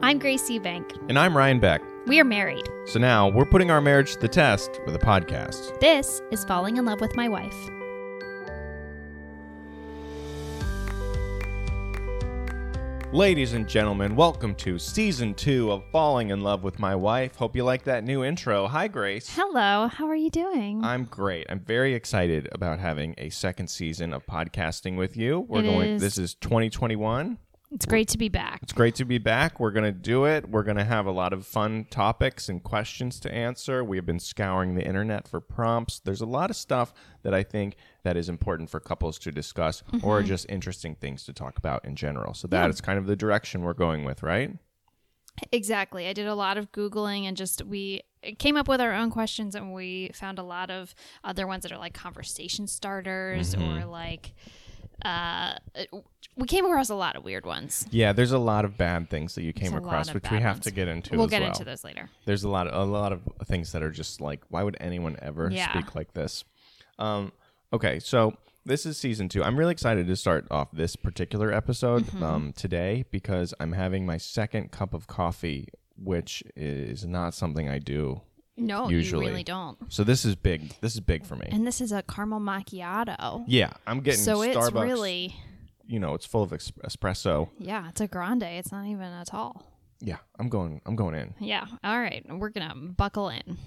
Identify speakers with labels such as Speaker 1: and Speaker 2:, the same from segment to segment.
Speaker 1: I'm Grace Eubank.
Speaker 2: And I'm Ryan Beck.
Speaker 1: We are married.
Speaker 2: So now we're putting our marriage to the test with a podcast.
Speaker 1: This is Falling in Love with My Wife.
Speaker 2: Ladies and gentlemen, welcome to season two of Falling in Love with My Wife. Hope you like that new intro. Hi, Grace.
Speaker 1: Hello, how are you doing?
Speaker 2: I'm great. I'm very excited about having a second season of podcasting with you. We're
Speaker 1: It
Speaker 2: going
Speaker 1: is.
Speaker 2: this is 2021.
Speaker 1: it's great to be back.
Speaker 2: It's great to be back. We're going to do it. We're going to have a lot of fun topics and questions to answer. We have been scouring the internet for prompts. There's a lot of stuff that I think that is important for couples to discuss or
Speaker 1: Mm-hmm.
Speaker 2: just interesting things to talk about in general. So that is kind of the direction we're going with, right?
Speaker 1: Exactly. I did a lot of Googling and just we came up with our own questions and we found a lot of other ones that are like conversation starters
Speaker 2: Mm-hmm.
Speaker 1: or like uh we came across a lot of weird ones.
Speaker 2: Yeah, there's a lot of bad things that you came
Speaker 1: There's a lot
Speaker 2: across
Speaker 1: of
Speaker 2: which
Speaker 1: bad
Speaker 2: we have
Speaker 1: ones.
Speaker 2: to get into
Speaker 1: we'll
Speaker 2: as
Speaker 1: get
Speaker 2: well.
Speaker 1: into those later.
Speaker 2: There's a lot of a lot of things that are just like, why would anyone ever
Speaker 1: Yeah.
Speaker 2: speak like this? Um, okay, so this is season two. I'm really excited to start off this particular episode
Speaker 1: Mm-hmm.
Speaker 2: um, today because I'm having my second cup of coffee, which is not something I do.
Speaker 1: No,
Speaker 2: Usually.
Speaker 1: you really don't.
Speaker 2: So this is big. This is big for me.
Speaker 1: And this is a caramel macchiato.
Speaker 2: yeah, I'm getting
Speaker 1: So
Speaker 2: Starbucks.
Speaker 1: it's really
Speaker 2: you know, it's full of ex- espresso.
Speaker 1: yeah, it's a grande. It's not even a tall.
Speaker 2: Yeah, I'm going. I'm going in.
Speaker 1: Yeah. All right. We're gonna buckle in.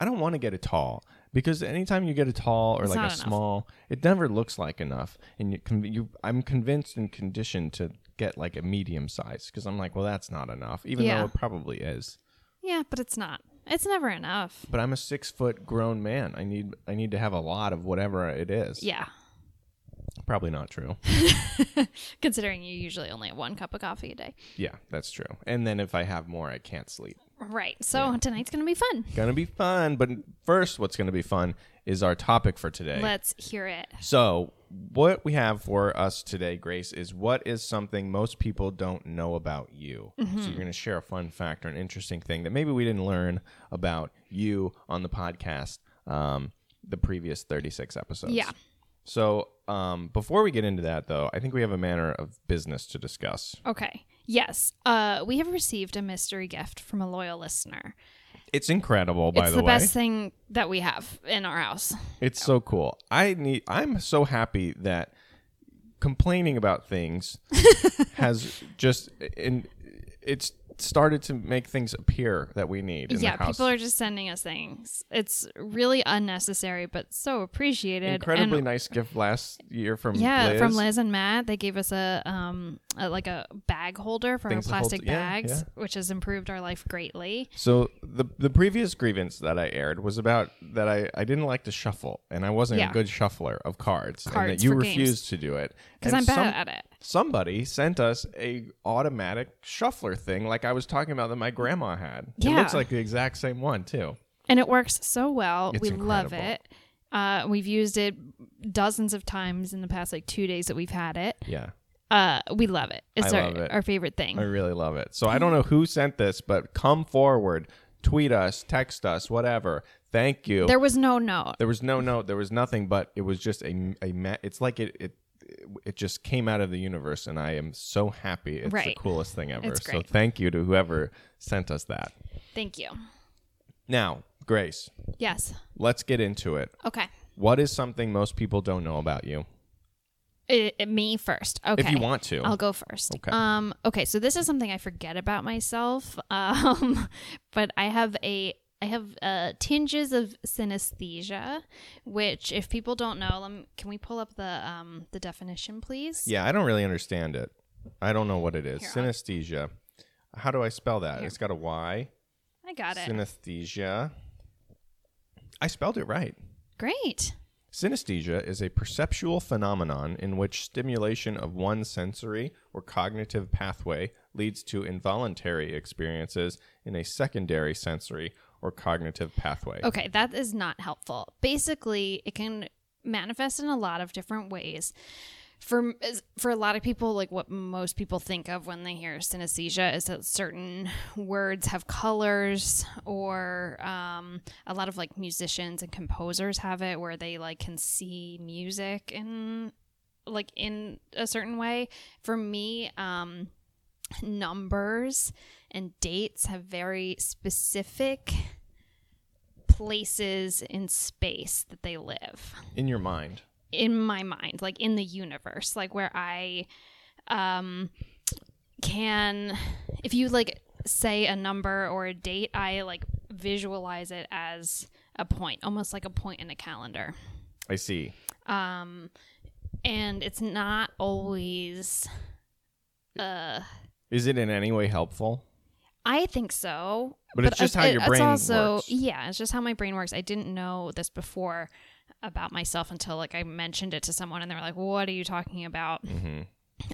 Speaker 2: I don't want to get a tall because anytime you get a tall or like a
Speaker 1: not enough.
Speaker 2: small, it never looks like enough. And you, con- you, I'm convinced and conditioned to get like a medium size because I'm like, well, that's not enough, even
Speaker 1: Yeah.
Speaker 2: though it probably is.
Speaker 1: Yeah, but it's not. It's never enough.
Speaker 2: But I'm a six foot grown man. I need, I need to have a lot of whatever it is.
Speaker 1: Yeah.
Speaker 2: Probably not true.
Speaker 1: Considering you usually only have one cup of coffee a day.
Speaker 2: yeah, that's true. And then if I have more, I can't sleep.
Speaker 1: Right. So tonight's gonna be fun.
Speaker 2: Gonna be fun. But first, what's gonna be fun is our topic for today.
Speaker 1: Let's hear it.
Speaker 2: So, what we have for us today, Grace, is what is something most people don't know about you.
Speaker 1: Mm-hmm.
Speaker 2: So, you're going to share a fun fact or an interesting thing that maybe we didn't learn about you on the podcast um, the previous 36 episodes.
Speaker 1: Yeah.
Speaker 2: So, um, before we get into that, though, I think we have a manner of business to discuss.
Speaker 1: Okay. Yes. Uh, we have received a mystery gift from a loyal listener.
Speaker 2: It's incredible, by
Speaker 1: it's
Speaker 2: the,
Speaker 1: the,
Speaker 2: way.
Speaker 1: best thing that we have in our house.
Speaker 2: It's so cool. I need. I'm so happy that complaining about things has just and it's started to make things appear that we need. In
Speaker 1: yeah,
Speaker 2: the house.
Speaker 1: people are just sending us things. It's really unnecessary, but so appreciated. and
Speaker 2: incredibly nice gift last year from
Speaker 1: Yeah,
Speaker 2: Liz.
Speaker 1: from Liz and Matt, they gave us a um a, like a bag holder for
Speaker 2: Things to
Speaker 1: our
Speaker 2: hold-
Speaker 1: plastic
Speaker 2: yeah,
Speaker 1: bags,
Speaker 2: yeah.
Speaker 1: which has improved our life greatly.
Speaker 2: So the the previous grievance that I aired was about that I, I didn't like to shuffle and I wasn't
Speaker 1: Yeah.
Speaker 2: a good shuffler of cards, and that
Speaker 1: Cards
Speaker 2: you
Speaker 1: for games.
Speaker 2: refused to do it
Speaker 1: Because
Speaker 2: And
Speaker 1: I'm bad
Speaker 2: some-
Speaker 1: at it.
Speaker 2: somebody sent us a automatic shuffler thing like I was talking about that my grandma had. It
Speaker 1: Yeah.
Speaker 2: looks like the exact same one too.
Speaker 1: And it works so well.
Speaker 2: It's
Speaker 1: we love
Speaker 2: incredible.
Speaker 1: it. Uh, we've used it dozens of times in the past like two days that we've had it.
Speaker 2: Yeah.
Speaker 1: Uh, we love it. It's
Speaker 2: I
Speaker 1: our,
Speaker 2: love it.
Speaker 1: our favorite thing.
Speaker 2: I really love it. So I don't know who sent this, but come forward, tweet us, text us, whatever. Thank you.
Speaker 1: there was no note.
Speaker 2: There was no note. There was nothing, but it was just a, a ma- it's like it, it it just came out of the universe, and I am so happy. It's
Speaker 1: Right.
Speaker 2: the coolest thing ever.
Speaker 1: It's
Speaker 2: So
Speaker 1: great.
Speaker 2: thank you to whoever sent us that.
Speaker 1: Thank you.
Speaker 2: Now, Grace,
Speaker 1: Yes.
Speaker 2: let's get into it.
Speaker 1: Okay.
Speaker 2: What is something most people don't know about you?
Speaker 1: I I- me first. Okay.
Speaker 2: If you want to.
Speaker 1: I'll go first.
Speaker 2: Okay.
Speaker 1: Um, okay. So this is something I forget about myself. Um, but I have a I have uh, tinges of synesthesia, which if people don't know, lem- can we pull up the um, the definition, please?
Speaker 2: yeah, I don't really understand it. I don't know what it is.
Speaker 1: Here, I'll-
Speaker 2: Synesthesia. How do I spell that? It's got a Y.
Speaker 1: I got it.
Speaker 2: Synesthesia. I spelled it right.
Speaker 1: Great.
Speaker 2: Synesthesia is a perceptual phenomenon in which stimulation of one sensory or cognitive pathway leads to involuntary experiences in a secondary sensory or cognitive pathway.
Speaker 1: Okay, that is not helpful. Basically, it can manifest in a lot of different ways. For is- for a lot of people, like what most people think of when they hear synesthesia is that certain words have colors, or um, a lot of like musicians and composers have it, where they like can see music in like in a certain way. For me, um, numbers and dates have very specific places in space that they live
Speaker 2: in your mind.
Speaker 1: in my mind like in the universe like where i um can if you like say a number or a date i like visualize it as a point almost like a point in a calendar
Speaker 2: I see.
Speaker 1: um and it's not always uh
Speaker 2: Is it in any way helpful?
Speaker 1: I think so. uh,
Speaker 2: But it's just how your brain works.
Speaker 1: Yeah, it's just how my brain works. I didn't know this before about myself until like I mentioned it to someone and they were like, "What are you talking about?"
Speaker 2: Mm-hmm.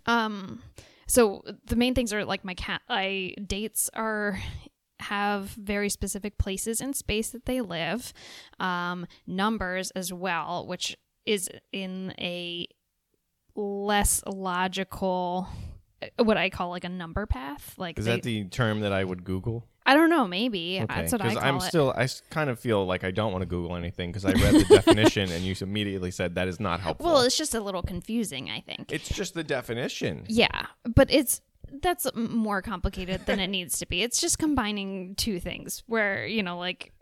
Speaker 1: Um so the main things are like my cat I dates are have very specific places in space that they live. Um numbers as well, which is in a less logical uh, what I call like a number path. Like
Speaker 2: Is
Speaker 1: they-
Speaker 2: that the term that I would Google?
Speaker 1: I don't know. Maybe that's what I call
Speaker 2: I'm
Speaker 1: it.
Speaker 2: still, I s- kind of feel like I don't want to Google anything because I read the definition and you s- immediately said that is not helpful.
Speaker 1: well, it's just a little confusing, I think.
Speaker 2: it's just the definition.
Speaker 1: yeah, but it's that's m- more complicated than it needs to be. It's just combining two things where you know, like,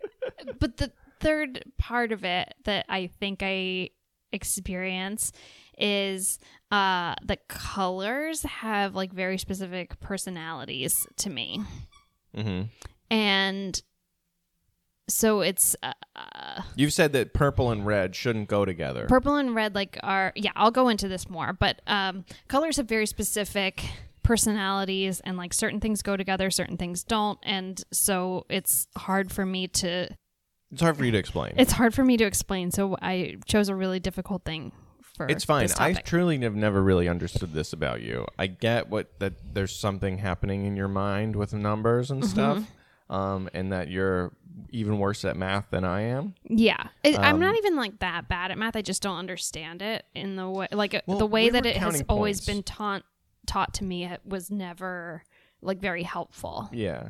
Speaker 1: but the third part of it that I think I experience is uh the colors have like very specific personalities to me
Speaker 2: Mm-hmm.
Speaker 1: and so it's uh, uh
Speaker 2: You've said that purple and red shouldn't go together.
Speaker 1: purple and red like are yeah i'll go into this more but um, colors have very specific personalities and like certain things go together certain things don't and so it's hard for me to
Speaker 2: it's hard for you to explain.
Speaker 1: it's hard for me to explain so i chose a really difficult thing for
Speaker 2: It's fine.
Speaker 1: this
Speaker 2: I
Speaker 1: topic.
Speaker 2: truly have never really understood this about you. I get what that there's something happening in your mind with numbers
Speaker 1: Mm-hmm.
Speaker 2: and stuff, um, and that you're even worse at math than I am.
Speaker 1: yeah It- i'm
Speaker 2: um,
Speaker 1: not even like that bad at math i just don't understand it in the way like uh,
Speaker 2: Well,
Speaker 1: the way
Speaker 2: we
Speaker 1: that
Speaker 2: were
Speaker 1: it has
Speaker 2: counting
Speaker 1: always
Speaker 2: points.
Speaker 1: been taught taught to me it was never like very helpful
Speaker 2: Yeah,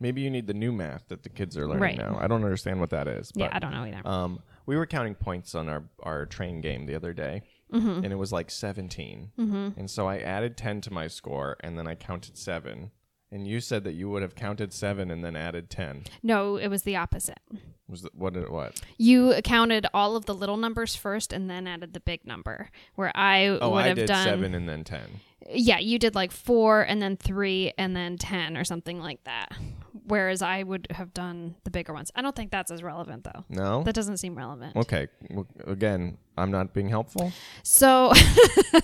Speaker 2: maybe you need the new math that the kids are learning
Speaker 1: Right.
Speaker 2: now. I don't understand what that is. But,
Speaker 1: yeah i don't know either
Speaker 2: Um, we were counting points on our our train game the other day,
Speaker 1: Mm-hmm.
Speaker 2: and it was like 17 mm-hmm. and so I added ten to my score, and then I counted seven. And you said that you would have counted seven and then added ten.
Speaker 1: no it was the opposite
Speaker 2: Was that, what? did- What?
Speaker 1: You counted all of the little numbers first and then added the big number. Where I
Speaker 2: Oh,
Speaker 1: would
Speaker 2: I
Speaker 1: have
Speaker 2: did
Speaker 1: done
Speaker 2: seven and then ten.
Speaker 1: Yeah, you did like 4 and then 3 and then 10 or something like that. Whereas I would have done the bigger ones. I don't think that's as relevant though.
Speaker 2: No.
Speaker 1: That doesn't seem relevant.
Speaker 2: okay. W- Again, I'm not being helpful.
Speaker 1: So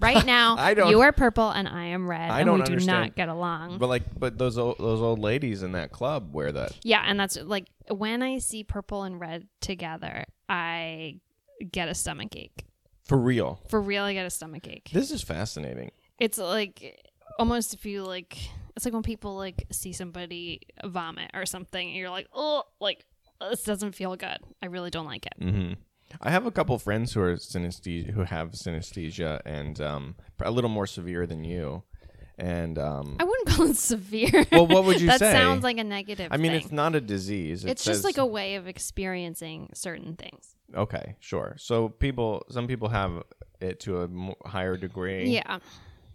Speaker 1: right now
Speaker 2: I don't-
Speaker 1: you are purple and I am red
Speaker 2: I
Speaker 1: and
Speaker 2: don't
Speaker 1: we do
Speaker 2: understand.
Speaker 1: not get along.
Speaker 2: But like, but those old, those old ladies in that club wear that.
Speaker 1: yeah, and that's like when I see purple and red together, I get a stomach ache.
Speaker 2: For real.
Speaker 1: For real, I get a stomach ache.
Speaker 2: This is fascinating.
Speaker 1: it's like almost if you like it's like when people like see somebody vomit or something and you're like oh like this doesn't feel good i really don't like it
Speaker 2: hmm I have a couple friends who are synesthesia, who have synesthesia, and um, a little more severe than you. And um,
Speaker 1: i wouldn't call it severe
Speaker 2: well, what would you
Speaker 1: that
Speaker 2: say?
Speaker 1: sounds like a negative
Speaker 2: I mean,
Speaker 1: thing.
Speaker 2: it's not a disease. It
Speaker 1: it's just
Speaker 2: says-
Speaker 1: like a way of experiencing certain things
Speaker 2: okay, sure. So people, some people have it to a mo- higher degree.
Speaker 1: yeah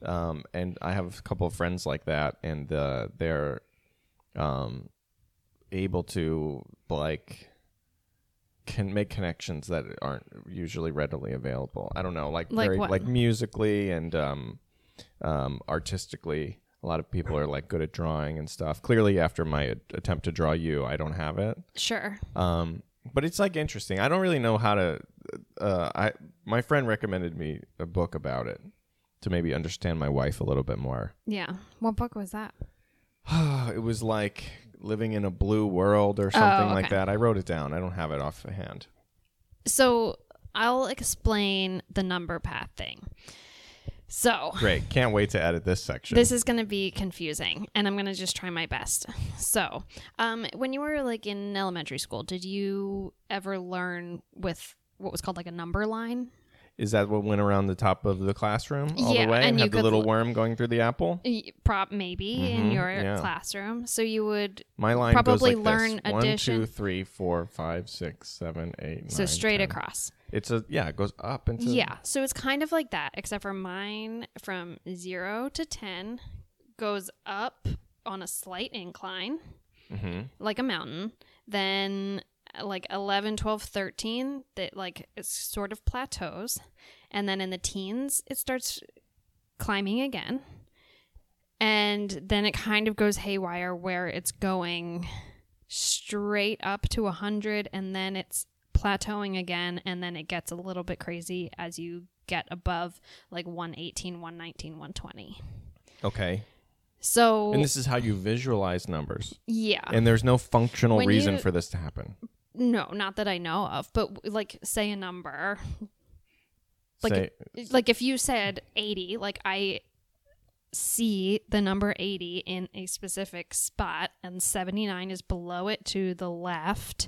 Speaker 2: um, and I have a couple of friends like that, and uh, they're um, able to like can make connections that aren't usually readily available. I don't know, like
Speaker 1: Like
Speaker 2: very
Speaker 1: what?
Speaker 2: like musically and um, um, artistically. A lot of people are like good at drawing and stuff. Clearly, after my a- attempt to draw you, I don't have it.
Speaker 1: sure
Speaker 2: Um, but it's like interesting. I don't really know how to. Uh, I my friend recommended me a book about it to maybe understand my wife a little bit more.
Speaker 1: yeah what book was that
Speaker 2: it was like living in a blue world or something like
Speaker 1: Oh, okay.
Speaker 2: that. I wrote it down. I don't have it offhand.
Speaker 1: so i'll explain the number path thing so
Speaker 2: Great. Can't wait to edit this section.
Speaker 1: This is going to be confusing, and I'm going to just try my best. So, um, when you were like in elementary school, did you ever learn with what was called like a number line?
Speaker 2: is that what went around the top of the classroom all
Speaker 1: Yeah,
Speaker 2: the way
Speaker 1: and you
Speaker 2: had the
Speaker 1: could
Speaker 2: little
Speaker 1: l-
Speaker 2: worm going through the apple?
Speaker 1: Y- Prop maybe in
Speaker 2: Mhm,
Speaker 1: your
Speaker 2: yeah.
Speaker 1: classroom. So you would
Speaker 2: My line
Speaker 1: Probably
Speaker 2: goes like
Speaker 1: learn
Speaker 2: this. One, two,
Speaker 1: addition.
Speaker 2: three, four, five, six, seven, eight,
Speaker 1: so
Speaker 2: nine,
Speaker 1: straight
Speaker 2: 10.
Speaker 1: across.
Speaker 2: It's a yeah, it goes up into
Speaker 1: Yeah. So it's kind of like that, except for mine from zero to 10 goes up on a slight incline,
Speaker 2: Mhm.
Speaker 1: like a mountain. Then, uh, like 11, 12, 13, that like it sort of plateaus. And then in the teens, it starts climbing again. And then it kind of goes haywire where it's going straight up to 100 and then it's plateauing again and then it gets a little bit crazy as you get above like 118 119 120
Speaker 2: Okay.
Speaker 1: so
Speaker 2: And this is how you visualize numbers.
Speaker 1: yeah
Speaker 2: And there's no functional
Speaker 1: uh, When
Speaker 2: reason
Speaker 1: you-
Speaker 2: for this to happen.
Speaker 1: no not that i know of but like say a number Like
Speaker 2: Say-
Speaker 1: like if you said 80 like i see the number 80 in a specific spot and 79 is below it to the left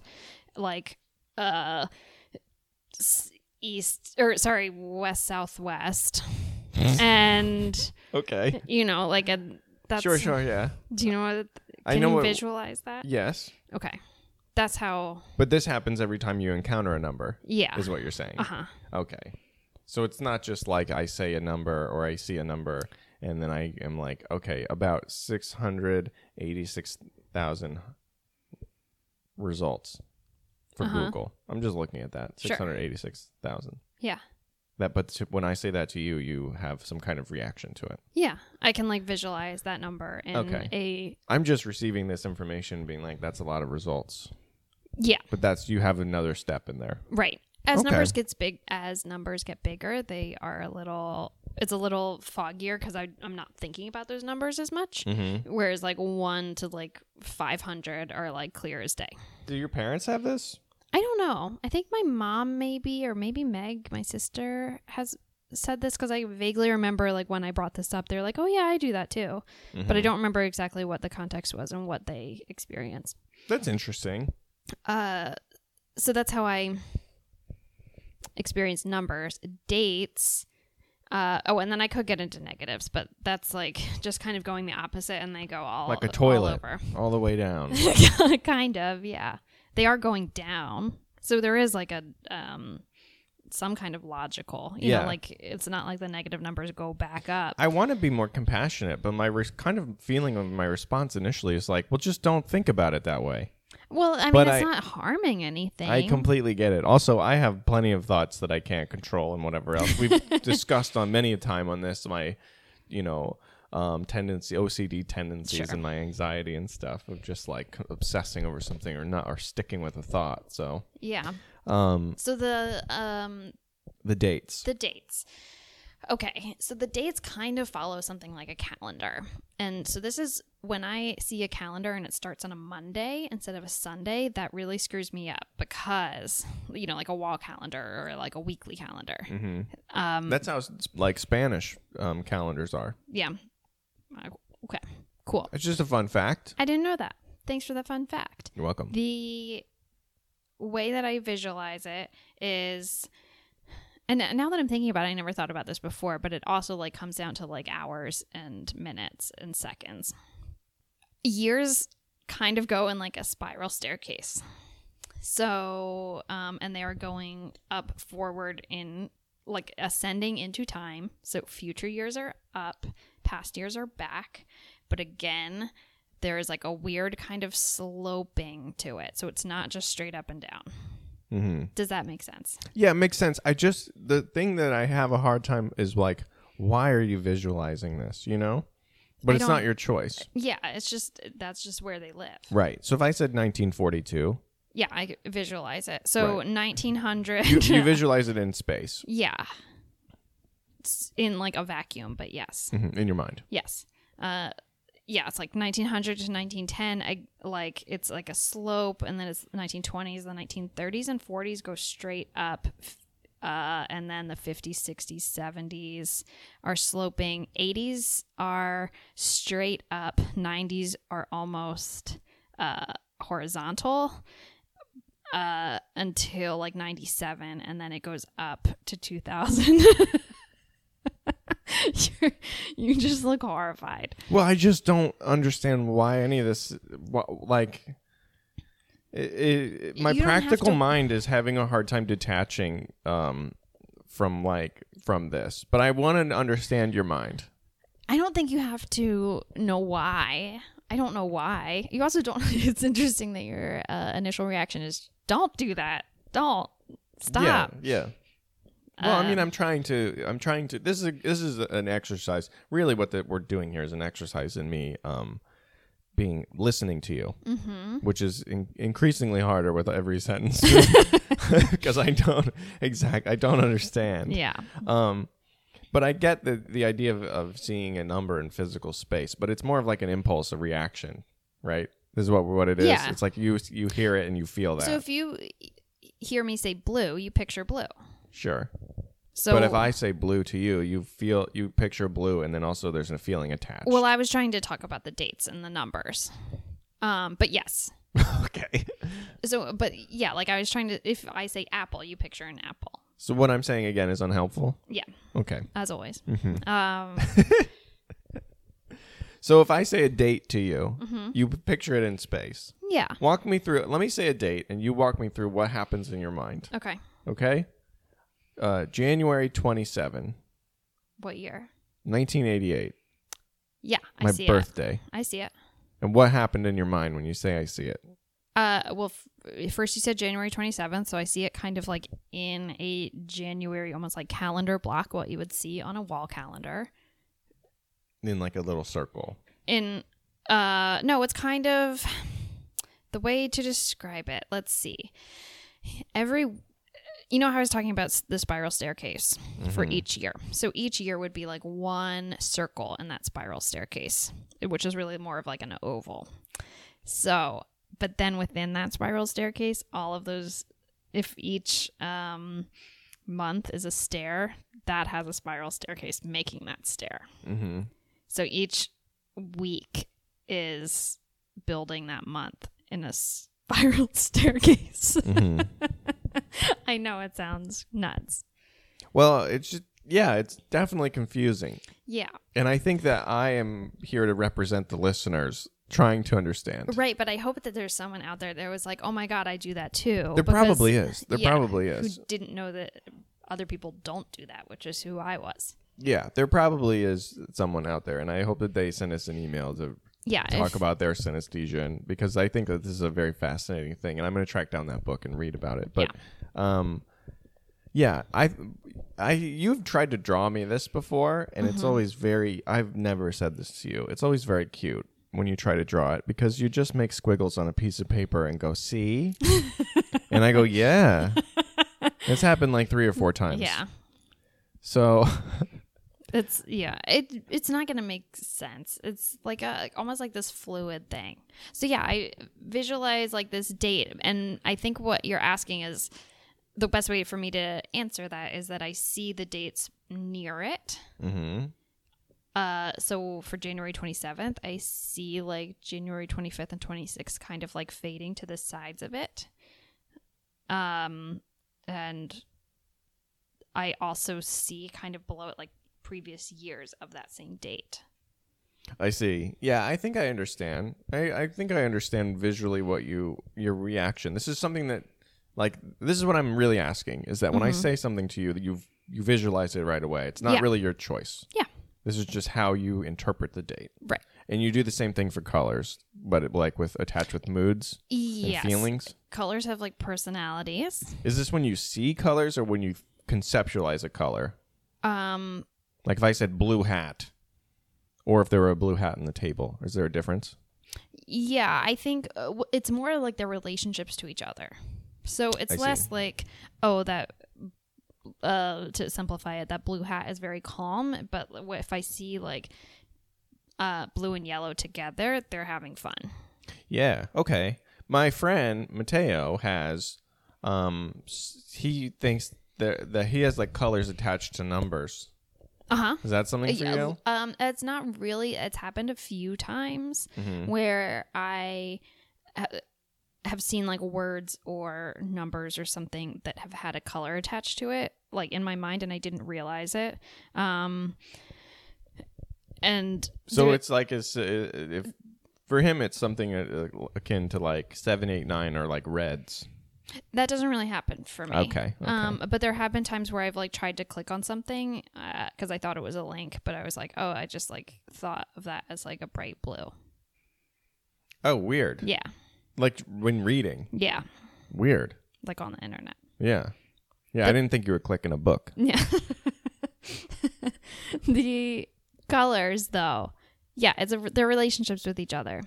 Speaker 1: like uh s- east or sorry west southwest and
Speaker 2: okay.
Speaker 1: you know like a that's
Speaker 2: Sure, sure, yeah.
Speaker 1: do you know what
Speaker 2: I
Speaker 1: can
Speaker 2: know
Speaker 1: you
Speaker 2: what-
Speaker 1: visualize that
Speaker 2: Yes.
Speaker 1: okay that's how
Speaker 2: But this happens every time you encounter a number,
Speaker 1: yeah
Speaker 2: is what you're saying.
Speaker 1: uh-huh
Speaker 2: Okay. So it's not just like I say a number or I see a number and then I am like, okay, about 686,000 results for
Speaker 1: Uh-huh.
Speaker 2: Google. I'm just looking at that.
Speaker 1: Sure.
Speaker 2: 686,000.
Speaker 1: yeah
Speaker 2: That but to- when I say that to you, you have some kind of reaction to it.
Speaker 1: yeah i can like visualize that number in
Speaker 2: Okay.
Speaker 1: a
Speaker 2: I'm just receiving this information being like that's a lot of results.
Speaker 1: yeah
Speaker 2: But that's you have another step in there.
Speaker 1: Right. As
Speaker 2: Okay.
Speaker 1: numbers gets big, as numbers get bigger, they are a little. It's a little foggier because I'm not thinking about those numbers as much.
Speaker 2: Mhm.
Speaker 1: Whereas like one to like 500 are like clear as day.
Speaker 2: Do your parents have this?
Speaker 1: I don't know. I think my mom maybe, or maybe Meg, my sister, has said this because I vaguely remember like when I brought this up, they're like, "Oh yeah, I do that too," but I
Speaker 2: Mm.
Speaker 1: don't remember exactly what the context was and what they experienced.
Speaker 2: That's interesting.
Speaker 1: Uh, so that's how I experience numbers, dates. Uh, oh, and then I could get into negatives, but that's like just kind of going the opposite, and they go all
Speaker 2: Like a
Speaker 1: all
Speaker 2: toilet.
Speaker 1: over.
Speaker 2: All the way down.
Speaker 1: kind of, yeah. They are going down, so there is like a um, some kind of logical, you
Speaker 2: Yeah.
Speaker 1: know, like it's not like the negative numbers go back up.
Speaker 2: I want to be more compassionate, but my res- kind of feeling of my response initially is like, well, just don't think about it that way.
Speaker 1: well, I mean,
Speaker 2: but
Speaker 1: it's
Speaker 2: I-
Speaker 1: not harming anything.
Speaker 2: I completely get it. Also, I have plenty of thoughts that I can't control and whatever else. We've discussed on many a time on this my, you know, um, tendency, OCD tendencies,
Speaker 1: Sure.
Speaker 2: and my anxiety and stuff of just like obsessing over something or not or sticking with a thought. So
Speaker 1: yeah.
Speaker 2: um,
Speaker 1: So the um,
Speaker 2: the dates.
Speaker 1: The dates. Okay, so the dates kind of follow something like a calendar. And so this is when I see a calendar and it starts on a Monday instead of a Sunday, that really screws me up because, you know, like a wall calendar or like a weekly calendar. Um,
Speaker 2: Mm-hmm. That's how s- like Spanish um, calendars are.
Speaker 1: yeah. Uh, Okay, cool.
Speaker 2: It's just a fun fact.
Speaker 1: I didn't know that. Thanks for the fun fact.
Speaker 2: You're welcome.
Speaker 1: The way that I visualize it is and now that I'm thinking about it, I never thought about this before, but it also like comes down to like hours and minutes and seconds. Years kind of go in like a spiral staircase. So, um, and they are going up forward in like ascending into time. So future years are up, past years are back, but again, there is like a weird kind of sloping to it. So it's not just straight up and down.
Speaker 2: Mm-hmm.
Speaker 1: Does that make sense?
Speaker 2: Yeah, it makes sense. I just the thing that I have a hard time is like, why are you visualizing this? You know, but
Speaker 1: I
Speaker 2: it's not
Speaker 1: don't-
Speaker 2: your choice,
Speaker 1: Yeah, it's just that's just where they live.
Speaker 2: right? So if I said 1942,
Speaker 1: Yeah, I could visualize it. So
Speaker 2: Right.
Speaker 1: 1900.
Speaker 2: you, you visualize it in space
Speaker 1: yeah. It's in like a vacuum, but yes.
Speaker 2: mhm, in your mind.
Speaker 1: Yes. Uh yeah, it's like 1900 to 1910. I, like it's like a slope, and then it's 1920s, the 1930s and 40s go straight up, f- uh, and then the 50s, 60s, 70s are sloping. 80s are straight up. 90s are almost uh, horizontal uh, until like 97, and then it goes up to 2000. You're, you just look horrified.
Speaker 2: Well, I just don't understand why any of this. wh- Like, It- it- it- my
Speaker 1: You don't have
Speaker 2: practical
Speaker 1: to-
Speaker 2: mind is having a hard time detaching um, from like from this, but I want to understand your mind.
Speaker 1: I don't think you have to know why. I don't know why. You also don't. It's interesting that your uh, initial reaction is don't do that. Don't stop.
Speaker 2: Yeah, yeah. Well, I mean,
Speaker 1: Um,
Speaker 2: I'm trying to. I'm trying to. This is a, this is an exercise. Really, what that we're doing here is an exercise in me um, being listening to you, mm-hmm. which is in, increasingly harder with every sentence because I don't exact. I don't understand.
Speaker 1: Yeah.
Speaker 2: Um, but I get the the idea of, of seeing a number in physical space, but it's more of like an impulse, a reaction, right? This is what what it is.
Speaker 1: Yeah.
Speaker 2: It's like you you hear it and you feel that.
Speaker 1: So if you hear me say blue, you picture blue.
Speaker 2: sure.
Speaker 1: So
Speaker 2: but if I say blue to you, you feel you picture blue, and then also there's a feeling attached.
Speaker 1: well, I was trying to talk about the dates and the numbers. Um, but yes.
Speaker 2: okay.
Speaker 1: So, but yeah, like I was trying to. If I say apple, you picture an apple.
Speaker 2: So what I'm saying again is unhelpful.
Speaker 1: Yeah,
Speaker 2: Okay.
Speaker 1: as always.
Speaker 2: Mm-hmm.
Speaker 1: Um,
Speaker 2: So if I say a date to you,
Speaker 1: Mm-hmm.
Speaker 2: you picture it in space.
Speaker 1: yeah.
Speaker 2: Walk me through. Let me say a date, and you walk me through what happens in your mind.
Speaker 1: Okay.
Speaker 2: Okay. Uh, January 27,
Speaker 1: What year?
Speaker 2: 1988,
Speaker 1: Yeah, I
Speaker 2: my
Speaker 1: see it.
Speaker 2: birthday.
Speaker 1: I see it.
Speaker 2: And what happened in your mind when you say I see it?
Speaker 1: Uh, well, f- first you said January 27th, so I see it kind of like in a January, almost like calendar block, what you would see on a wall calendar.
Speaker 2: In like a little circle.
Speaker 1: In, uh, no, it's kind of the way to describe it. Let's see. Every, you know, how I was talking about s- the spiral staircase for each year. So each year would be like one circle in that spiral staircase, which is really more of like an oval. So, but then within that spiral staircase, all of those, if each um, month is a stair, that has a spiral staircase making that stair.
Speaker 2: Mm-hmm.
Speaker 1: So each week is building that month in a spiral staircase.
Speaker 2: mm-hmm.
Speaker 1: I know it sounds nuts.
Speaker 2: well, it's just yeah, it's definitely confusing.
Speaker 1: Yeah.
Speaker 2: And I think that I am here to represent the listeners trying to understand.
Speaker 1: Right, but I hope that there's someone out there that was like, "Oh my god, I do that too."
Speaker 2: There
Speaker 1: because- uh,
Speaker 2: probably is. There
Speaker 1: yeah,
Speaker 2: probably
Speaker 1: who
Speaker 2: is.
Speaker 1: didn't know that other people don't do that, which is who I was.
Speaker 2: Yeah, there probably is someone out there, and I hope that they send us an email to
Speaker 1: Yeah.
Speaker 2: talk
Speaker 1: if-
Speaker 2: about their synesthesia, and because I think that this is a very fascinating thing, and I'm going to track down that book and read about it. But, um, yeah, I, I, you've tried to draw me this before, and
Speaker 1: Mm-hmm.
Speaker 2: it's always very. I've never said this to you. It's always very cute when you try to draw it because you just make squiggles on a piece of paper and go see, and I go yeah. It's happened like three or four times.
Speaker 1: Yeah.
Speaker 2: So
Speaker 1: It's yeah. It it's not gonna make sense. It's like a almost like this fluid thing. So yeah, I visualize like this date, and I think what you're asking is the best way for me to answer that is that I see the dates near it.
Speaker 2: mhm.
Speaker 1: Uh, so for January 27th, I see like January 25th and 26th kind of like fading to the sides of it. Um, and I also see kind of below it like previous years of that same date.
Speaker 2: I see. Yeah, I think I understand. I, I think I understand visually what you your reaction. This is something that like this is what I'm really asking is that when I say something to you that you you visualize it right away. It's not
Speaker 1: Mm-hmm. Yeah.
Speaker 2: really your choice.
Speaker 1: Yeah.
Speaker 2: This is just how you interpret the date.
Speaker 1: Right.
Speaker 2: And you do the same thing for colors, but it, like with attached with moods and
Speaker 1: Yes.
Speaker 2: feelings.
Speaker 1: Colors have like personalities.
Speaker 2: Is this when you see colors or when you conceptualize a color?
Speaker 1: Um,
Speaker 2: Like if I said blue hat or if there were a blue hat on the table, is there a difference?
Speaker 1: yeah, I think uh, w- it's more like their relationships to each other. So it's
Speaker 2: I see.
Speaker 1: less like, oh, that, uh, to simplify it, that blue hat is very calm. But wh- if I see like uh, blue and yellow together, they're having fun.
Speaker 2: Yeah. Okay. My friend Mateo has, um, s- he thinks that that he has like colors attached to numbers.
Speaker 1: Uh huh.
Speaker 2: Is that something for you?
Speaker 1: Um, it's not really. It's happened a few times
Speaker 2: Mm-hmm.
Speaker 1: where I ha- have seen like words or numbers or something that have had a color attached to it, like in my mind, and I didn't realize it. Um, and
Speaker 2: So
Speaker 1: there-
Speaker 2: it's like it's uh, if For him, it's something uh, uh, akin to like seven, eight, nine, or like reds.
Speaker 1: That doesn't really happen for me.
Speaker 2: Okay, okay.
Speaker 1: Um, but there have been times where I've like tried to click on something because I thought it was a link, but I was like, oh, I just like thought of that as like a bright blue.
Speaker 2: Oh, weird.
Speaker 1: Yeah,
Speaker 2: Like when reading,
Speaker 1: yeah,
Speaker 2: weird.
Speaker 1: like on the internet.
Speaker 2: Yeah, yeah. I didn't think you were clicking a book.
Speaker 1: Yeah. the colors, though, yeah, it's a, their relationships with each other.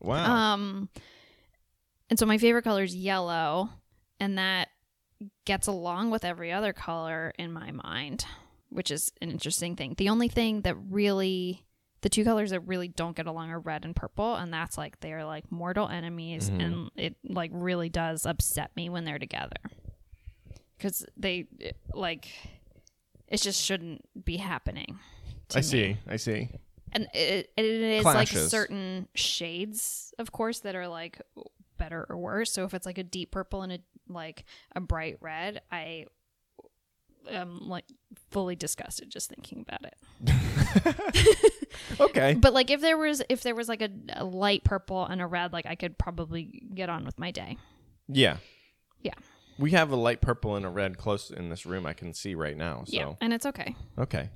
Speaker 2: Wow.
Speaker 1: Um, and so my favorite color is yellow, and that gets along with every other color in my mind, which is an interesting thing. The only thing that really, the two colors that really don't get along are red and purple, and that's like they are like mortal enemies,
Speaker 2: Mhm.
Speaker 1: and it like really does upset me when they're together because they it- like it just shouldn't be happening. to
Speaker 2: I
Speaker 1: me
Speaker 2: see. I see.
Speaker 1: and it, it is like
Speaker 2: Clashes.
Speaker 1: certain shades of course that are like better or worse so if it's like a deep purple and a like a bright red i am like fully disgusted just thinking about it
Speaker 2: Okay.
Speaker 1: but like if there was if there was like a, a light purple and a red like i could probably get on with my day
Speaker 2: Yeah.
Speaker 1: Yeah.
Speaker 2: We have a light purple and a red close in this room. I can see right now. So
Speaker 1: yeah and it's okay
Speaker 2: okay,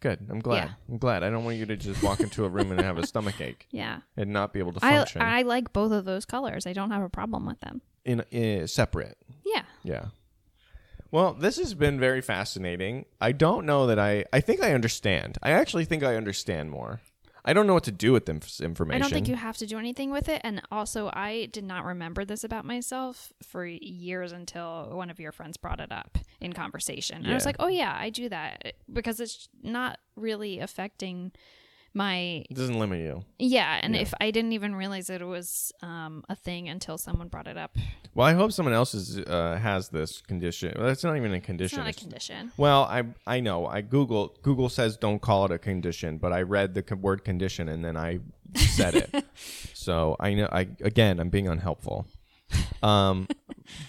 Speaker 2: good. I'm glad.
Speaker 1: Yeah.
Speaker 2: I'm glad. I don't want you to just walk into a room and have a stomach ache
Speaker 1: yeah
Speaker 2: and not be able to
Speaker 1: i
Speaker 2: function
Speaker 1: i like both of those colors i don't have a problem with them
Speaker 2: in, in separate.
Speaker 1: yeah
Speaker 2: Yeah. Well, this has been very fascinating. I don't know that I. I think I understand. I actually think I understand more. I don't know what to do with this
Speaker 1: I
Speaker 2: information.
Speaker 1: don't think you have to do anything with it. And also, I did not remember this about myself for years until one of your friends brought it up in conversation. And I was
Speaker 2: Yeah.
Speaker 1: like, oh, yeah, I do that because it's not really affecting my.
Speaker 2: It doesn't limit you.
Speaker 1: Yeah. And
Speaker 2: Yeah.
Speaker 1: if I didn't even realize it was um, a thing until someone brought it up,
Speaker 2: Well, I hope someone else is, uh, has this condition. Well, it's not even a
Speaker 1: it's
Speaker 2: condition.
Speaker 1: not a
Speaker 2: It's-
Speaker 1: condition.
Speaker 2: Well, I I know. I Google Google says don't call it a condition, but I read the con- word condition and then I said it. so I know. I again, I'm being unhelpful. Um,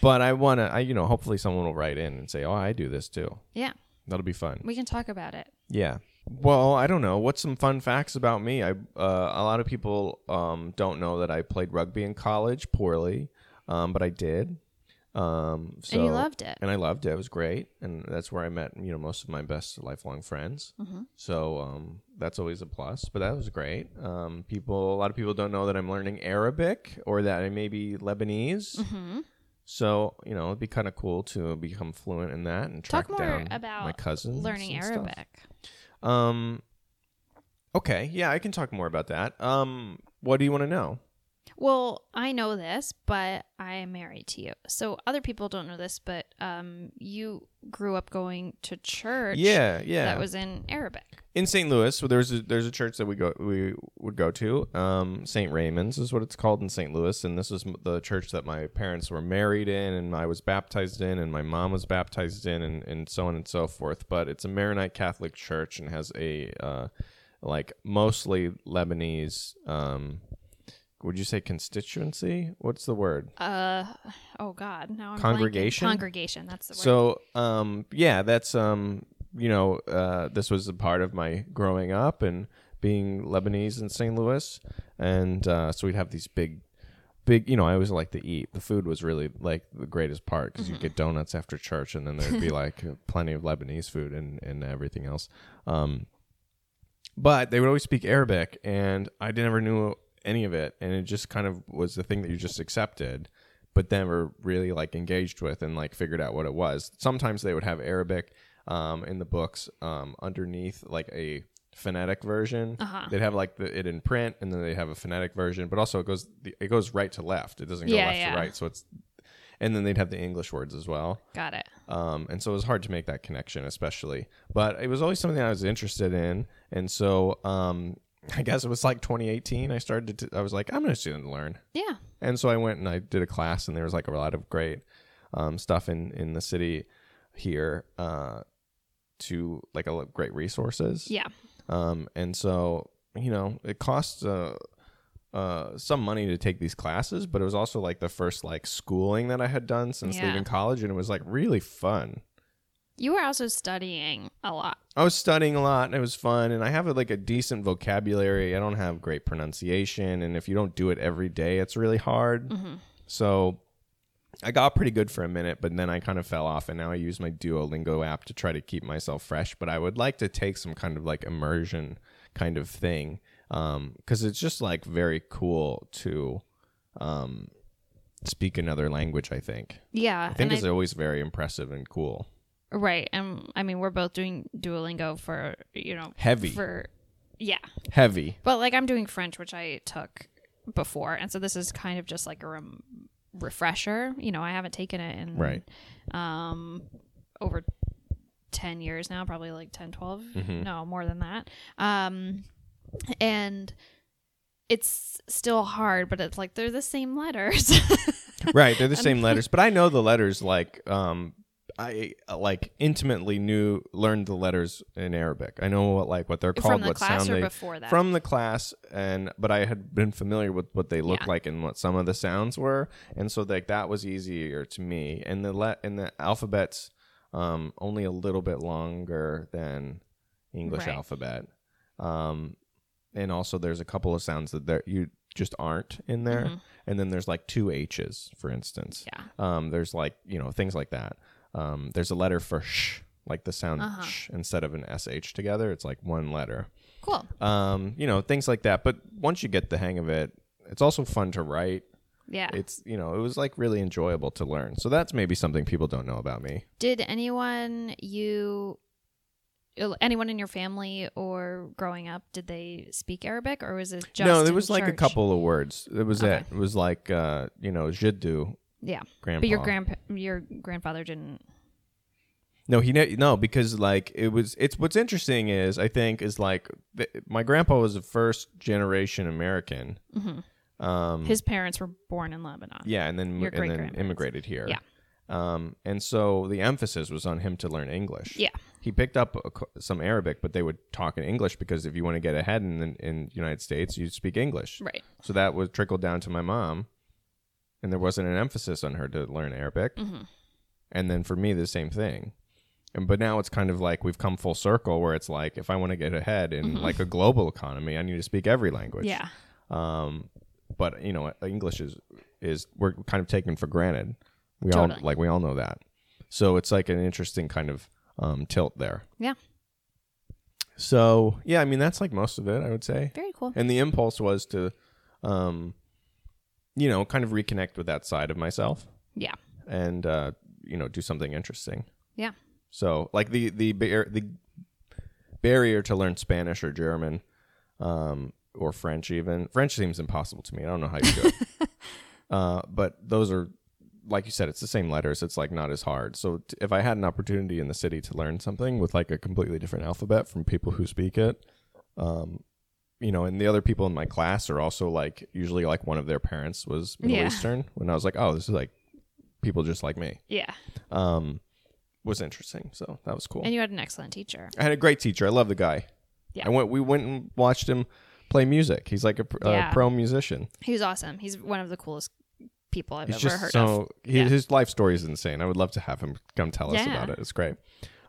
Speaker 2: but I want to. I you know, hopefully someone will write in and say, "Oh, I do this too."
Speaker 1: Yeah.
Speaker 2: That'll be fun.
Speaker 1: We can talk about it.
Speaker 2: Yeah. Well, I don't know. What's some fun facts about me? I uh, a lot of people um, don't know that I played rugby in college poorly, um, but I did. Um, so,
Speaker 1: and you loved it.
Speaker 2: and I loved it. It was great, and that's where I met you know most of my best lifelong friends.
Speaker 1: Mm-hmm.
Speaker 2: So um, that's always a plus. But that was great. Um, people, a lot of people don't know that I'm learning Arabic or that I may be Lebanese.
Speaker 1: Mm-hmm.
Speaker 2: So you know it'd be kind of cool to become fluent in that and track
Speaker 1: Talk more
Speaker 2: down
Speaker 1: about
Speaker 2: my cousins
Speaker 1: Learning
Speaker 2: and stuff.
Speaker 1: Arabic.
Speaker 2: Um. Okay. Yeah, I can talk more about that. Um. What do you want to know?
Speaker 1: Well, I know this, but I am married to you. So other people don't know this, but um, you grew up going to church.
Speaker 2: Yeah. Yeah.
Speaker 1: That was in Arabic.
Speaker 2: in St. Louis. So there's a, there's a church that we go we would go to. Um, St. Raymond's is what it's called in St. Louis, and this is m- the church that my parents were married in, and I was baptized in, and my mom was baptized in, and, and so on and so forth. But it's a Maronite Catholic church and has a uh, like mostly Lebanese. Um, would you say constituency? What's the word?
Speaker 1: Uh, oh God, now I'm blanking.
Speaker 2: Congregation?
Speaker 1: Congregation. That's the word.
Speaker 2: So, um, yeah, that's um, you know, uh, this was a part of my growing up and being Lebanese in St. Louis, and uh, so we'd have these big, big. You know, I always liked to eat. The food was really like the greatest part because
Speaker 1: Mm-hmm.
Speaker 2: you'd get donuts after church, and then there'd be like plenty of Lebanese food and and everything else. Um, but they would always speak Arabic, and I never knew any of it, and it just kind of was the thing that you just accepted, but then were really like engaged with and like figured out what it was. Sometimes they would have Arabic um, in the books um, underneath like a phonetic version.
Speaker 1: Uh-huh.
Speaker 2: They'd have like the, it in print, and then they have a phonetic version, but also it goes it goes right to left. It doesn't go
Speaker 1: Yeah,
Speaker 2: left
Speaker 1: yeah.
Speaker 2: to right, so it's and then they'd have the English words as well.
Speaker 1: Got it.
Speaker 2: Um, and so it was hard to make that connection, especially. But it was always something I was interested in, and so um, I guess it was like 2018. I started to. I was like, I'm going to student learn,
Speaker 1: Yeah.
Speaker 2: and so I went and I did a class, and there was like a lot of great um, stuff in in the city here uh, to like a lot of great resources.
Speaker 1: Yeah.
Speaker 2: Um, and so, you know, it costs uh, uh, some money to take these classes, but it was also like the first like schooling that I had done since
Speaker 1: Yeah.
Speaker 2: leaving college, and it was like really fun.
Speaker 1: You were also studying a lot.
Speaker 2: I was studying a lot and it was fun and I have like a decent vocabulary. I don't have great pronunciation and if you don't do it every day, it's really hard.
Speaker 1: Mm-hmm.
Speaker 2: So I got pretty good for a minute, but then I kind of fell off and now I use my Duolingo app to try to keep myself fresh, but I would like to take some kind of like immersion kind of thing um cuz it's just like very cool to um speak another language, I think.
Speaker 1: Yeah.
Speaker 2: I think
Speaker 1: and
Speaker 2: it's always very impressive and cool.
Speaker 1: right. And I mean, we're both doing Duolingo for, you know,
Speaker 2: Heavy.
Speaker 1: for, yeah.
Speaker 2: Heavy.
Speaker 1: But like I'm doing French, which I took before. And so this is kind of just like a rem- refresher. You know, I haven't taken it in
Speaker 2: Right.
Speaker 1: um, over 10 years now, probably like 10, 12,
Speaker 2: Mm-hmm.
Speaker 1: no, more than that. Um, and it's still hard, but it's like they're the same letters.
Speaker 2: right they're the same letters but i know the letters like um i uh, like intimately knew learned the letters in arabic i know what like what they're
Speaker 1: From
Speaker 2: called
Speaker 1: the
Speaker 2: what
Speaker 1: class
Speaker 2: sound
Speaker 1: or
Speaker 2: they
Speaker 1: before that?
Speaker 2: from the class and but i had been familiar with what they looked
Speaker 1: Yeah.
Speaker 2: like and what some of the sounds were and so like that was easier to me and the let and the alphabets um only a little bit longer than english
Speaker 1: Right.
Speaker 2: alphabet um and also there's a couple of sounds that there you just aren't in there and then there's like two h's for instance
Speaker 1: Mm-hmm. yeah.
Speaker 2: um there's like you know things like that um there's a letter for sh like the sound
Speaker 1: Uh-huh.
Speaker 2: sh instead of an sh together it's like one letter
Speaker 1: Cool.
Speaker 2: um you know things like that but once you get the hang of it it's also fun to write
Speaker 1: Yeah.
Speaker 2: it's you know it was like really enjoyable to learn so that's maybe something people don't know about me
Speaker 1: Did anyone you uh, anyone in your family or growing up did they speak Arabic or was it just
Speaker 2: no
Speaker 1: in
Speaker 2: there was like a
Speaker 1: church?
Speaker 2: couple of words it was
Speaker 1: Okay.
Speaker 2: it it was like uh you know je do
Speaker 1: Yeah.
Speaker 2: grandpa
Speaker 1: But your grandpa your grandfather didn't
Speaker 2: No, he ne- no because like it was it's what's interesting is I think is like th- my grandpa was a first generation American. Um,
Speaker 1: mm-hmm. his parents were born in Lebanon.
Speaker 2: yeah, and
Speaker 1: Your
Speaker 2: then and then
Speaker 1: great-grandparents.
Speaker 2: immigrated here.
Speaker 1: Yeah.
Speaker 2: Um, and so the emphasis was on him to learn English.
Speaker 1: Yeah.
Speaker 2: He picked up a, co- some Arabic, but they would talk in English because if you want to get ahead in the in the United States, you speak English.
Speaker 1: Right.
Speaker 2: So that was trickled down to my mom, and there wasn't an emphasis on her to learn Arabic.
Speaker 1: mm-hmm.
Speaker 2: And then for me, the same thing. And but now it's kind of like we've come full circle, where it's like if I want to get ahead in like a global economy, I need to speak every language.
Speaker 1: Mm-hmm. Yeah.
Speaker 2: Um, but you know, English is is we're kind of taken for granted. We all
Speaker 1: Totally.
Speaker 2: like we all know that. So it's like an interesting kind of um, tilt there.
Speaker 1: Yeah.
Speaker 2: So yeah, I mean that's like most of it, I would say
Speaker 1: Very cool.
Speaker 2: and the impulse was to um you know kind of reconnect with that side of myself
Speaker 1: Yeah.
Speaker 2: and uh you know do something interesting
Speaker 1: Yeah.
Speaker 2: so like the the bar- the barrier to learn spanish or german um or french even french seems impossible to me i don't know how you do it uh but those are like you said it's the same letters it's like not as hard so t- if i had an opportunity in the city to learn something with like a completely different alphabet from people who speak it um, you know, and the other people in my class are also like usually like one of their parents was Middle
Speaker 1: Yeah.
Speaker 2: Eastern. When I was like, oh, this is like people just like me.
Speaker 1: Yeah.
Speaker 2: Um, was interesting. So that was cool.
Speaker 1: And you had an excellent teacher.
Speaker 2: I had a great teacher. I love the guy.
Speaker 1: Yeah.
Speaker 2: I went. We went and watched him play music. He's like a, pr-
Speaker 1: Yeah.
Speaker 2: a pro musician.
Speaker 1: He was awesome. He's one of the coolest people I've
Speaker 2: He's
Speaker 1: ever
Speaker 2: just
Speaker 1: heard
Speaker 2: so
Speaker 1: of.
Speaker 2: he,
Speaker 1: Yeah.
Speaker 2: his life story is insane. I would love to have him come tell us
Speaker 1: Yeah.
Speaker 2: about it. It's great.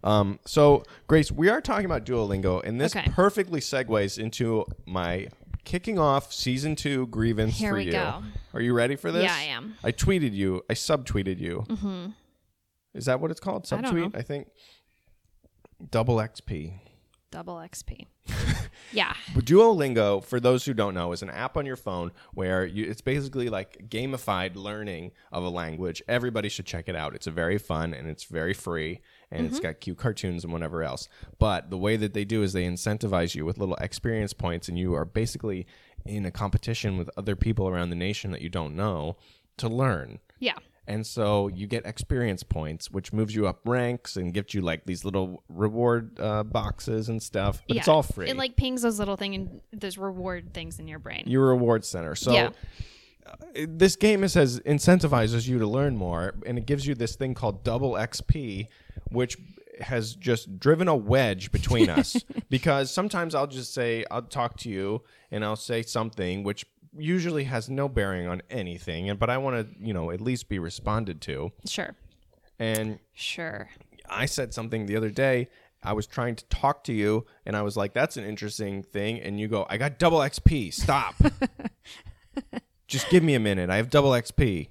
Speaker 2: Um, so Grace, we are talking about Duolingo, and this
Speaker 1: Okay.
Speaker 2: perfectly segues into my kicking off season two grievance
Speaker 1: Here
Speaker 2: for
Speaker 1: we
Speaker 2: you.
Speaker 1: go.
Speaker 2: Are you ready for this?
Speaker 1: Yeah, I am. Mm-hmm.
Speaker 2: I tweeted you. I subtweeted you. Is that what it's called?
Speaker 1: I don't know.
Speaker 2: Subtweet? I, think. Double XP.
Speaker 1: Double XP. yeah.
Speaker 2: But Duolingo, for those who don't know, is an app on your phone where you, it's basically like gamified learning of a language. Everybody should check it out. It's a very fun and it's very free
Speaker 1: Mm-hmm.
Speaker 2: and it's got cute cartoons and whatever else. But the way that they do is they incentivize you with little experience points, and you are basically in a competition with other people around the nation that you don't know to learn.
Speaker 1: Yeah.
Speaker 2: And so you get experience points, which moves you up ranks and gives you like these little reward uh, boxes and stuff. But it's
Speaker 1: Yeah.
Speaker 2: all free.
Speaker 1: It like pings those little thing and those reward things in your brain.
Speaker 2: your reward center. So
Speaker 1: Yeah.
Speaker 2: uh, this game is has incentivizes you to learn more, and it gives you this thing called double XP, which has just driven a wedge between us because sometimes I'll just say I'll talk to you and I'll say something which usually has no bearing on anything and but I want to you know at least be responded to
Speaker 1: sure.
Speaker 2: and
Speaker 1: Sure.
Speaker 2: I said something the other day. I was trying to talk to you, and I was like, "That's an interesting thing," and you go, "I got double XP. Stop. Just give me a minute. I have double XP."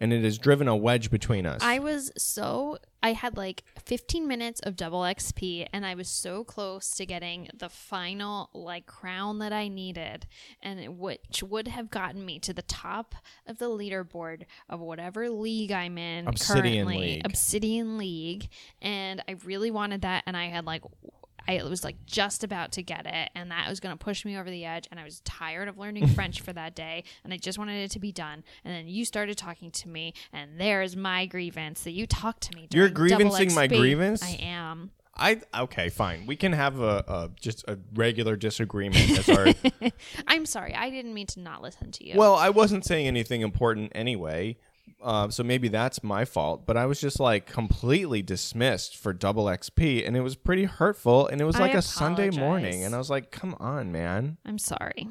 Speaker 2: And it has driven a wedge between us.
Speaker 1: I was so I had like 15 minutes of double XP and I was so close to getting the final like crown that I needed and it- which would have gotten me to the top of the leaderboard of whatever league I'm in
Speaker 2: Obsidian
Speaker 1: currently
Speaker 2: League.
Speaker 1: Obsidian League and I really wanted that and I had like I was like just about to get it and that was going to push me over the edge and I was tired of learning French for that day and I just wanted it to be done and then you started talking to me and there's my grievance that you talked to me
Speaker 2: You're
Speaker 1: during double
Speaker 2: grievancing my
Speaker 1: XP.
Speaker 2: grievance?
Speaker 1: I am.
Speaker 2: I okay, fine. We can have a, a just a regular disagreement as our
Speaker 1: I'm sorry. I didn't mean to not listen to you.
Speaker 2: Well, I wasn't saying anything important anyway, uh, so maybe that's my fault. But I was just like completely dismissed for double XP, and it was pretty hurtful. And it was
Speaker 1: I
Speaker 2: like a Sunday
Speaker 1: apologize.
Speaker 2: morning, and I was like, "Come on, man."
Speaker 1: I'm sorry.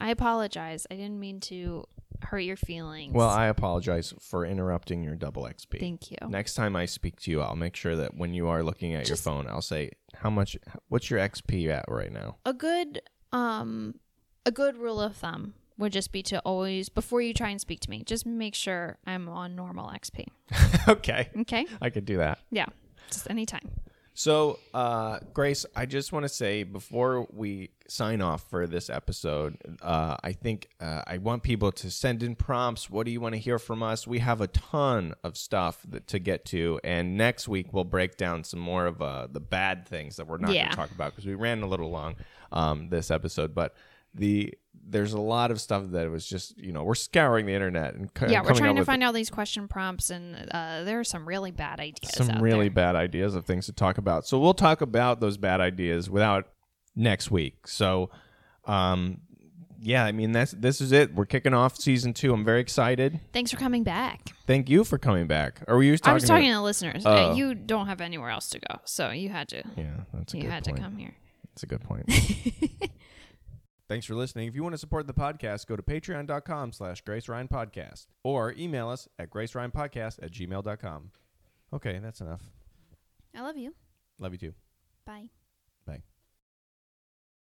Speaker 1: I apologize. I didn't mean to hurt your feelings.
Speaker 2: Well, I apologize for interrupting your double XP.
Speaker 1: thank you.
Speaker 2: Next time I speak to you, I'll make sure that when you are looking at your
Speaker 1: Just-
Speaker 2: phone, I'll say, "How much? What's your XP at right now?"
Speaker 1: a good um a good rule of thumb would just be to always before you try and speak to me just make sure i'm on normal xp
Speaker 2: okay,
Speaker 1: okay
Speaker 2: I could do that.
Speaker 1: yeah just anytime
Speaker 2: So, uh, Grace, I just want to say before we sign off for this episode, uh, I think uh, I want people to send in prompts. What do you want to hear from us? We have a ton of stuff that, to get to, and next week we'll break down some more of uh, the bad things that we're not going
Speaker 1: Yeah.
Speaker 2: to talk about because we ran a little long um, this episode, but. The there's a lot of stuff that was just you know we're scouring the internet and co-
Speaker 1: yeah we're
Speaker 2: coming up
Speaker 1: trying to
Speaker 2: with
Speaker 1: find all these question prompts and uh, there are some really bad ideas
Speaker 2: some
Speaker 1: out
Speaker 2: really
Speaker 1: there.
Speaker 2: bad ideas of things to talk about. So we'll talk about those bad ideas without next week. So, um, yeah, I mean that's this is it. We're kicking off season two. I'm very excited.
Speaker 1: thanks for coming back
Speaker 2: Thank you for coming back. Or were you talking?
Speaker 1: i was talking to,
Speaker 2: To- Oh.
Speaker 1: the listeners Uh, you don't have anywhere else to go so you had to
Speaker 2: yeah, that's a
Speaker 1: you
Speaker 2: good
Speaker 1: had
Speaker 2: point.
Speaker 1: to come here
Speaker 2: That's a good point. Thanks for listening. If you want to support the podcast, go to patreon.com slash Grace Ryan Podcast or email us at graceryanpodcast at gmail.com. Okay, that's enough.
Speaker 1: i love you
Speaker 2: Love you too.
Speaker 1: bye